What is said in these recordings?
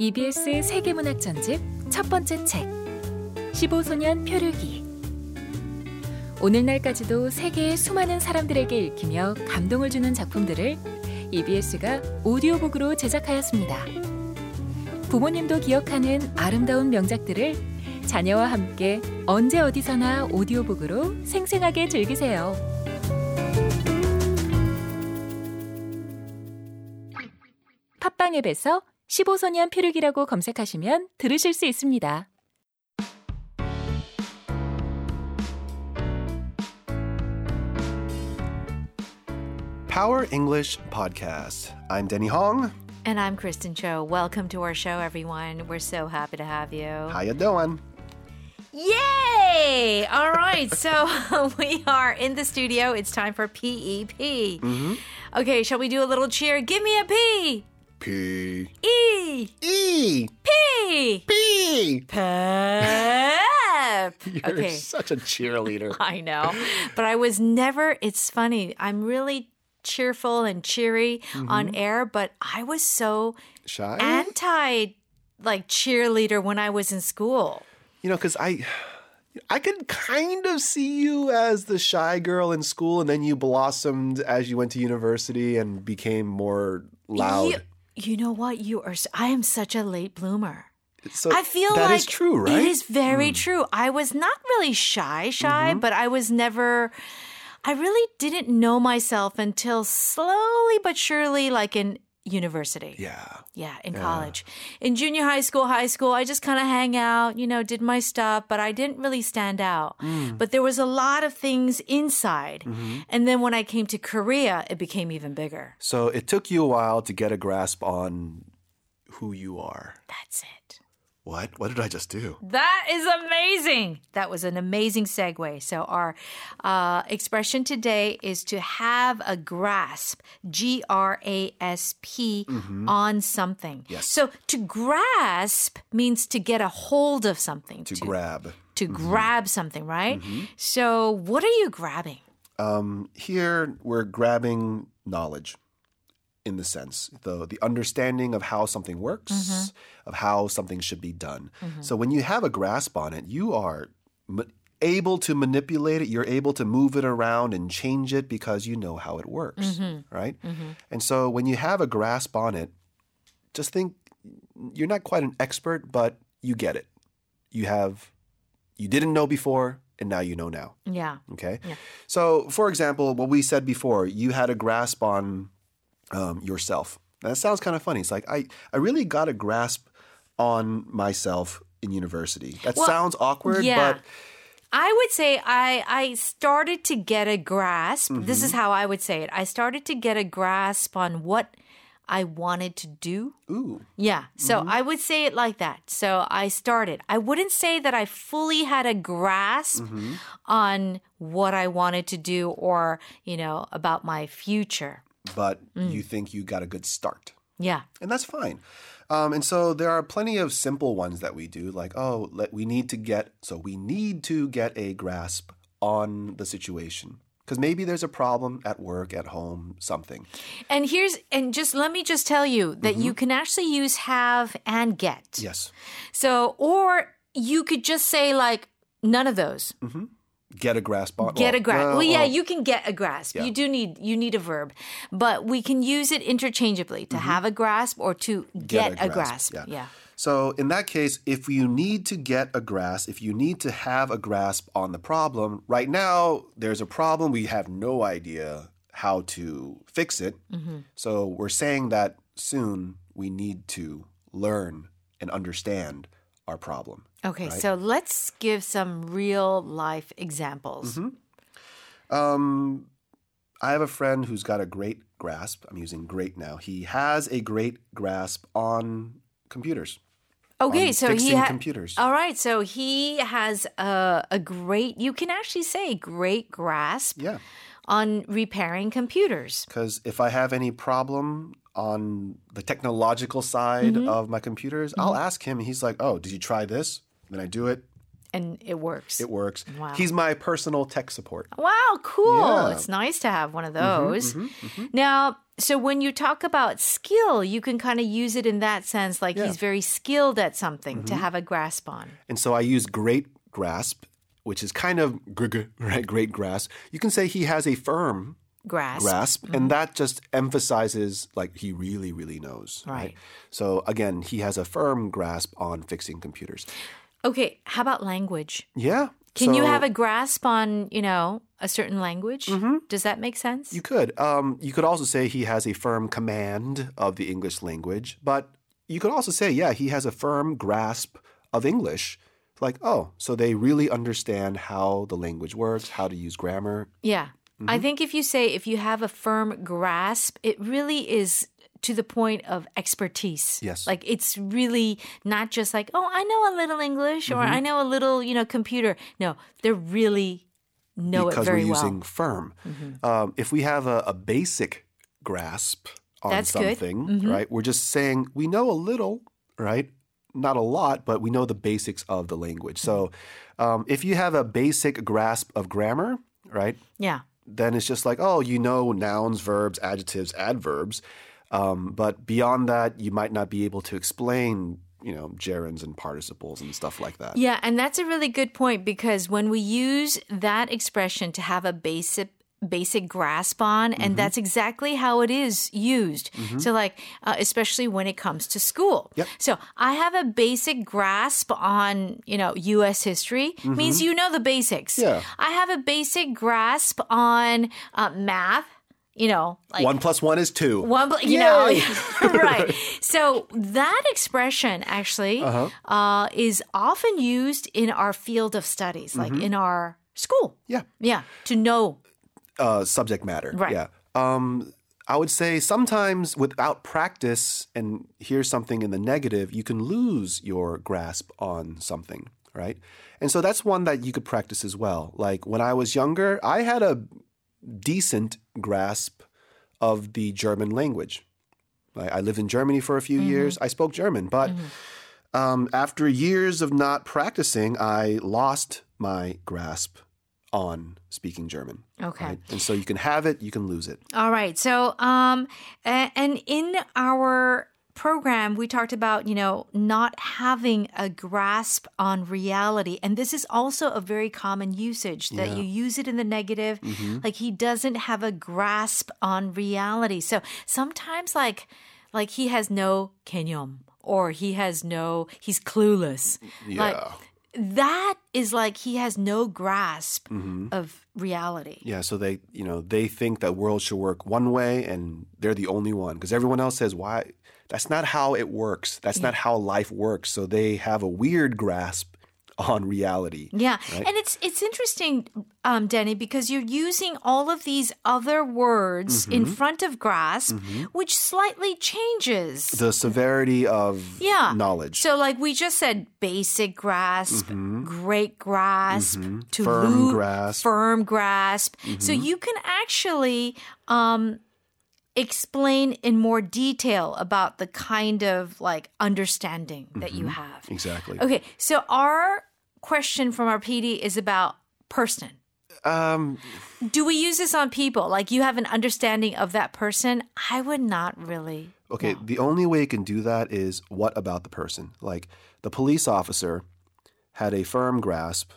EBS 세계문학 전집 첫 번째 책 15소년 표류기 오늘날까지도 세계의 수많은 사람들에게 읽히며 감동을 주는 작품들을 EBS가 오디오북으로 제작하였습니다. 부모님도 기억하는 아름다운 명작들을 자녀와 함께 언제 어디서나 오디오북으로 생생하게 즐기세요. 팟빵 앱에서 15소년 피르기라고 검색하시면 들으실 수 있습니다. Power English Podcast. I'm Denny Hong. And I'm Kristen Cho. Welcome to our show, everyone. We're so happy to have you. How you doing? Yay! All right, so we are in the studio. It's time for PEP. Okay, shall we do a little cheer? Give me a P! P E! E P! P. Pep! You're Okay. such a cheerleader. I know. But I was never, it's funny, I'm really cheerful and cheery on air, but I was so Shy? anti like cheerleader when I was in school. you know, because I, I could kind of see you as the shy girl in school, and then you blossomed as you went to university and became more loud. You, you know what? You are. s- I am such a late bloomer. so I feel that like is true, right? Hmm. It is very true. I was not really shy, shy, Mm-hmm. but I was never. I really didn't know myself until slowly but surely, like in university. Yeah. Yeah, in college. In junior high school, high school, I just kind of hang out, you know, did my stuff, but I didn't really stand out. Mm. But there was a lot of things inside. Mm-hmm. And then when I came to Korea, it became even bigger. So it took you a while to get a grasp on who you are. That's it. What? What did I just do? That is amazing. That was an amazing segue. So, our uh, expression today is to have a grasp, G R A S P, on something. Yes. So, to grasp means to get a hold of something, To grab. to grab something, right? So, what are you grabbing? Um, here we're grabbing knowledge in the sense the the understanding of how something works of how something should be done so when you have a grasp on it you are ma- able to manipulate it you're able to move it around and change it because you know how it works right and so when you have a grasp on it just think you're not quite an expert but you get it you have you didn't know before and now you know now Yeah. Okay. So, for example, what we said before, you had a grasp on um, yourself. Now, That sounds kind of funny. It's like I, I really got a grasp on myself in university. That sounds awkward, yeah. but I would say I I started to get a grasp. This is how I would say it. I started to get a grasp on what I wanted to do. ooh, Yeah. So I would say it like that. So I started. I wouldn't say that I fully had a grasp on what I wanted to do or, you know, about my future. but Mm. you think you got a good start. Yeah. and that's fine. Um, and so there are plenty of simple ones that we do, like oh, let, we need to get so we need to get a grasp on the situation because maybe there's a problem at work, at home, something. And here's and just let me just tell you that you can actually use have and get. Yes, So or you could just say like none of those. get a grasp on. Get a well, grasp. no, Well, yeah, uh, well, you can get a grasp. You do need you need a verb, but we can use it interchangeably to have a grasp or to Mm-hmm. get, a, grasp. Yeah. So in that case, if you need to get a grasp, if you need to have a grasp on the problem, right now there's a problem we have no idea how to fix it. Mm-hmm. So we're saying that soon we need to learn and understand our problem. Okay, so let's give some real life examples. Mm-hmm. Um, I have a friend who's got a great grasp. I'm using great now. He has a great grasp on computers. Okay, on so fixing he ha- uh, computers. All right, so he has a, a great. You can actually say great grasp Yeah. on repairing computers. because if I have any problem on the Mm-hmm. technological side of my computers, I'll ask him. He's like, "Oh, did you try this?" Then I do it, and it works. It works. Wow. He's my personal tech support. Wow, cool. Yeah. Mm-hmm, It's nice to have one of those. Now, so when you talk about skill, you can kind of use it in that sense like he's very skilled at something Mm-hmm. to have a grasp on. And so I use great grasp, which is kind of gr- gr- right, great grasp. You can say he has a firm Grasp. grasp, Mm-hmm. and that just emphasizes like he really, really knows. Right. So again, he has a firm grasp on fixing computers. Okay, how about language? Yeah. Can you so- have a grasp on, you know, a certain language? Does that make sense? Mm-hmm. You could. Um, you could also say he has a firm command of the English language, but you could also say, yeah, he has a firm grasp of English. Like, oh, so they really understand how the language works, how to use grammar. Yeah. Mm-hmm. I think if you say if you have a firm grasp, it really is to the point of expertise. Yes. Like it's really not just like, oh, I know a little English Mm-hmm. or I know a little, you know, computer. No, they really know because it very we're well. Mm-hmm. using firm. Um, if we have a, a basic grasp on That's good. Mm-hmm. something, right? We're just saying we know a little, right? Not a lot, but we know the basics of the language. So Mm-hmm. um, if you have a basic grasp of grammar, right? yeah. Then it's just like, oh, you know nouns, verbs, adjectives, adverbs. Um, but beyond that, you might not be able to explain, you know, gerunds and participles and stuff like that. Yeah, and that's a really good point because when we use that expression to have a basic basic grasp on Mm-hmm. and that's exactly how it is used so like uh, especially when it comes to school so i have a basic grasp on you know us history means you know the basics Mm-hmm. Yeah. i have a basic grasp on uh, math you know like one plus one is two. one, bl- you know, right. So that expression actually uh is often used in our field of studies, like in our school. Yeah. Yeah, to know. uh, subject matter. Right. Yeah. Um, I would say sometimes without practice and hear something in the negative, you can lose your grasp on something, right? And so that's one that you could practice as well. Like when I was younger, I had a decent grasp of the German language. I, I lived in Germany for a few Mm-hmm. years. I spoke German, but um, after years of not practicing, I lost my grasp on speaking German. Okay. right? And so you can have it, you can lose it. All right. So, um, a- and in our program, we talked about, you know, not having a grasp on reality. And this is also a very common usage that you use it in the negative. Like he doesn't have a grasp on reality. So sometimes, like, like he has no kenyom or he has no, he's clueless. Like, that is like he has no grasp of reality. Yeah, so they, you know, they think that world should work one way and they're the only one because everyone else says why that's not how it works. That's not how life works. So they have a weird grasp on reality. Yeah, and it's it's interesting, um, Denny, because you're using all of these other words in Mm-hmm. front of grasp, which slightly changes. The severity of yeah, knowledge. Mm-hmm. So, like we just said, basic grasp, great grasp, to Firm loo- grasp. Mm-hmm. firm grasp. So you can actually um, explain in more detail about the kind of like understanding that you Mm-hmm. have. exactly. Okay, so our question from our PD is about person. Um Do we use this on people? Like you have an understanding of that person? I would not really. Okay, the only way you can do that is what about the person? Like the police officer had a firm grasp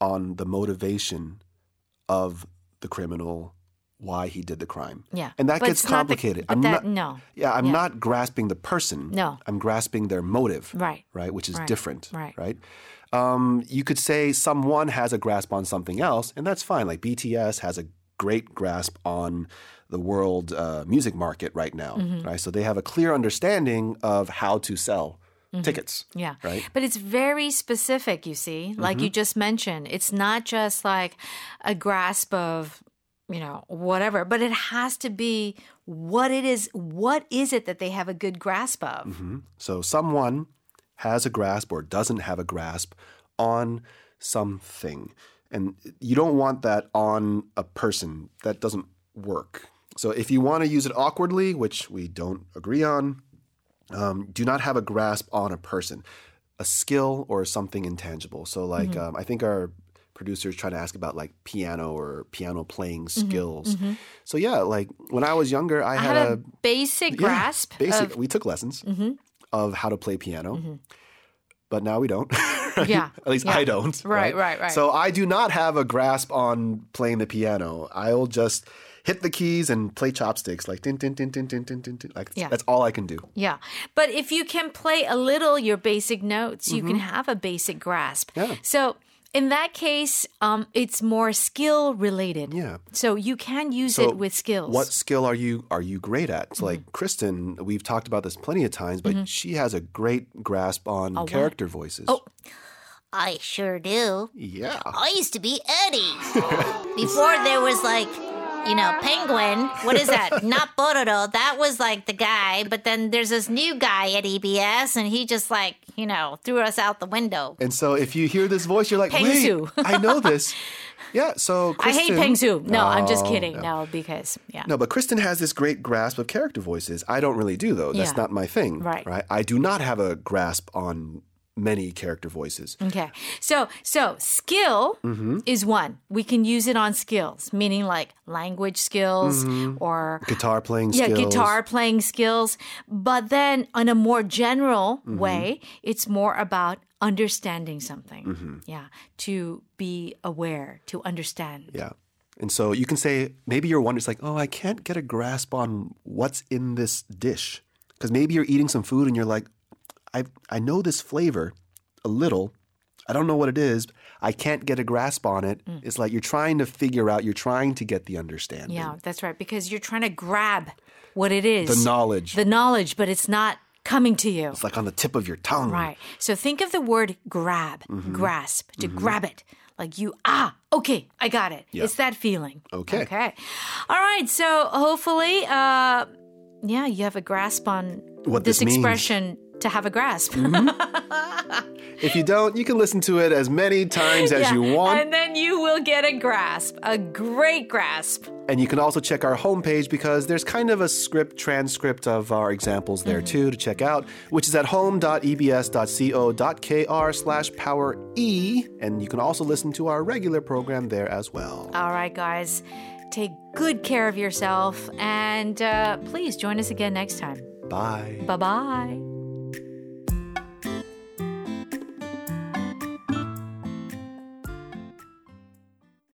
on the motivation of the criminal, why he did the crime. Yeah. And that But gets it's not the- complicated. but I'm not that- no. Yeah, I'm not grasping the person. No. I'm grasping their motive. Right. Right, which is Right. different. Right. Right. Um, you could say someone has a grasp on something else, and that's fine. Like BTS has a great grasp on the world uh, music market right now. Mm-hmm. Right. So they have a clear understanding of how to sell Mm-hmm. tickets. Yeah. Right. Mm-hmm. But it's very specific, you see. Like you just mentioned, it's not just like a grasp of, you know, whatever, but it has to be what it is what is it that they have a good grasp of? Mm-hmm. So someone has a grasp or doesn't have a grasp on something. And you don't want that on a person. That doesn't work. So if you want to use it awkwardly, which we don't agree on, um, do not have a grasp on a person. a skill or something intangible. So, like, um, I think our producer's trying to ask about like piano or piano playing skills. So, yeah, like when I was younger, Mm-hmm. I, I had, had a, a basic yeah, grasp Mm-hmm. Basic, we took lessons of how to play piano, but now we don't. of Mm-hmm. yeah. At least yeah. I don't. Right, right, right. So I do not have a grasp on playing the piano. I'll just hit the keys and play chopsticks, like tin tin tin tin tin tin tin. tin. Like Yeah. that's all I can do. Yeah. But if you can play a little your basic notes, you can have a basic grasp. Mm-hmm. Yeah. So in that case, um, it's more skill related. Yeah. So you can use So it with skills. Mm-hmm. What skill are you are you great at? It's Like Kristen, we've talked about this plenty of times, but she has a great grasp on character voices. Oh, I sure do. yeah. I used to be Eddie. Before there was like, you know, Penguin. What is that? Not Bororo. That was like the guy. But then there's this new guy at EBS, and he just like, you know, threw us out the window. And so if you hear this voice, you're like, Peng wait, Su." I know this. Yeah. So I hate Kristen- Peng Su. No, I'm just Oh, kidding. No, because yeah. No, but Kristen has this great grasp of character voices. I don't really do though. That's Yeah. not my thing. Right. Right. I do not have a grasp on many character voices. Okay. So so skill Mm-hmm. is one. We can use it on skills, meaning like language skills or Guitar playing yeah, Mm-hmm. skills. guitar playing skills. But then, in a more general Mm-hmm. way, it's more about understanding something. Mm-hmm. Yeah, to be aware, to understand. Yeah. And so you can say maybe you're wondering, it's like, oh, I can't get a grasp on what's in this dish. Because maybe you're eating some food and you're like, I I know this flavor a little. I don't know what it is. I can't get a grasp on it. Mm. It's like you're trying to figure out, you're trying to get the understanding. Yeah, that's right. Because you're trying to grab what it is, The knowledge. the knowledge, but it's not coming to you. it's like on the tip of your tongue. Right. So think of the word grab, Mm-hmm. grasp, to grab it. Like you, ah, okay, I got it. It's that feeling. Okay. Okay. All right. So hopefully, uh, yeah, you have a grasp on What this, this means. Mm-hmm. expression to have a grasp. If you don't, you can listen to it as many times as Yeah. you want. And then you will get a grasp, a great grasp. And you can also check our homepage because there's kind of a script transcript of our examples there too to check out, which is at home.ebs.co.kr slash power E. And you can also listen to our regular program there as well. All right, guys. Take good care of yourself and uh, please join us again next time. Bye. Bye bye.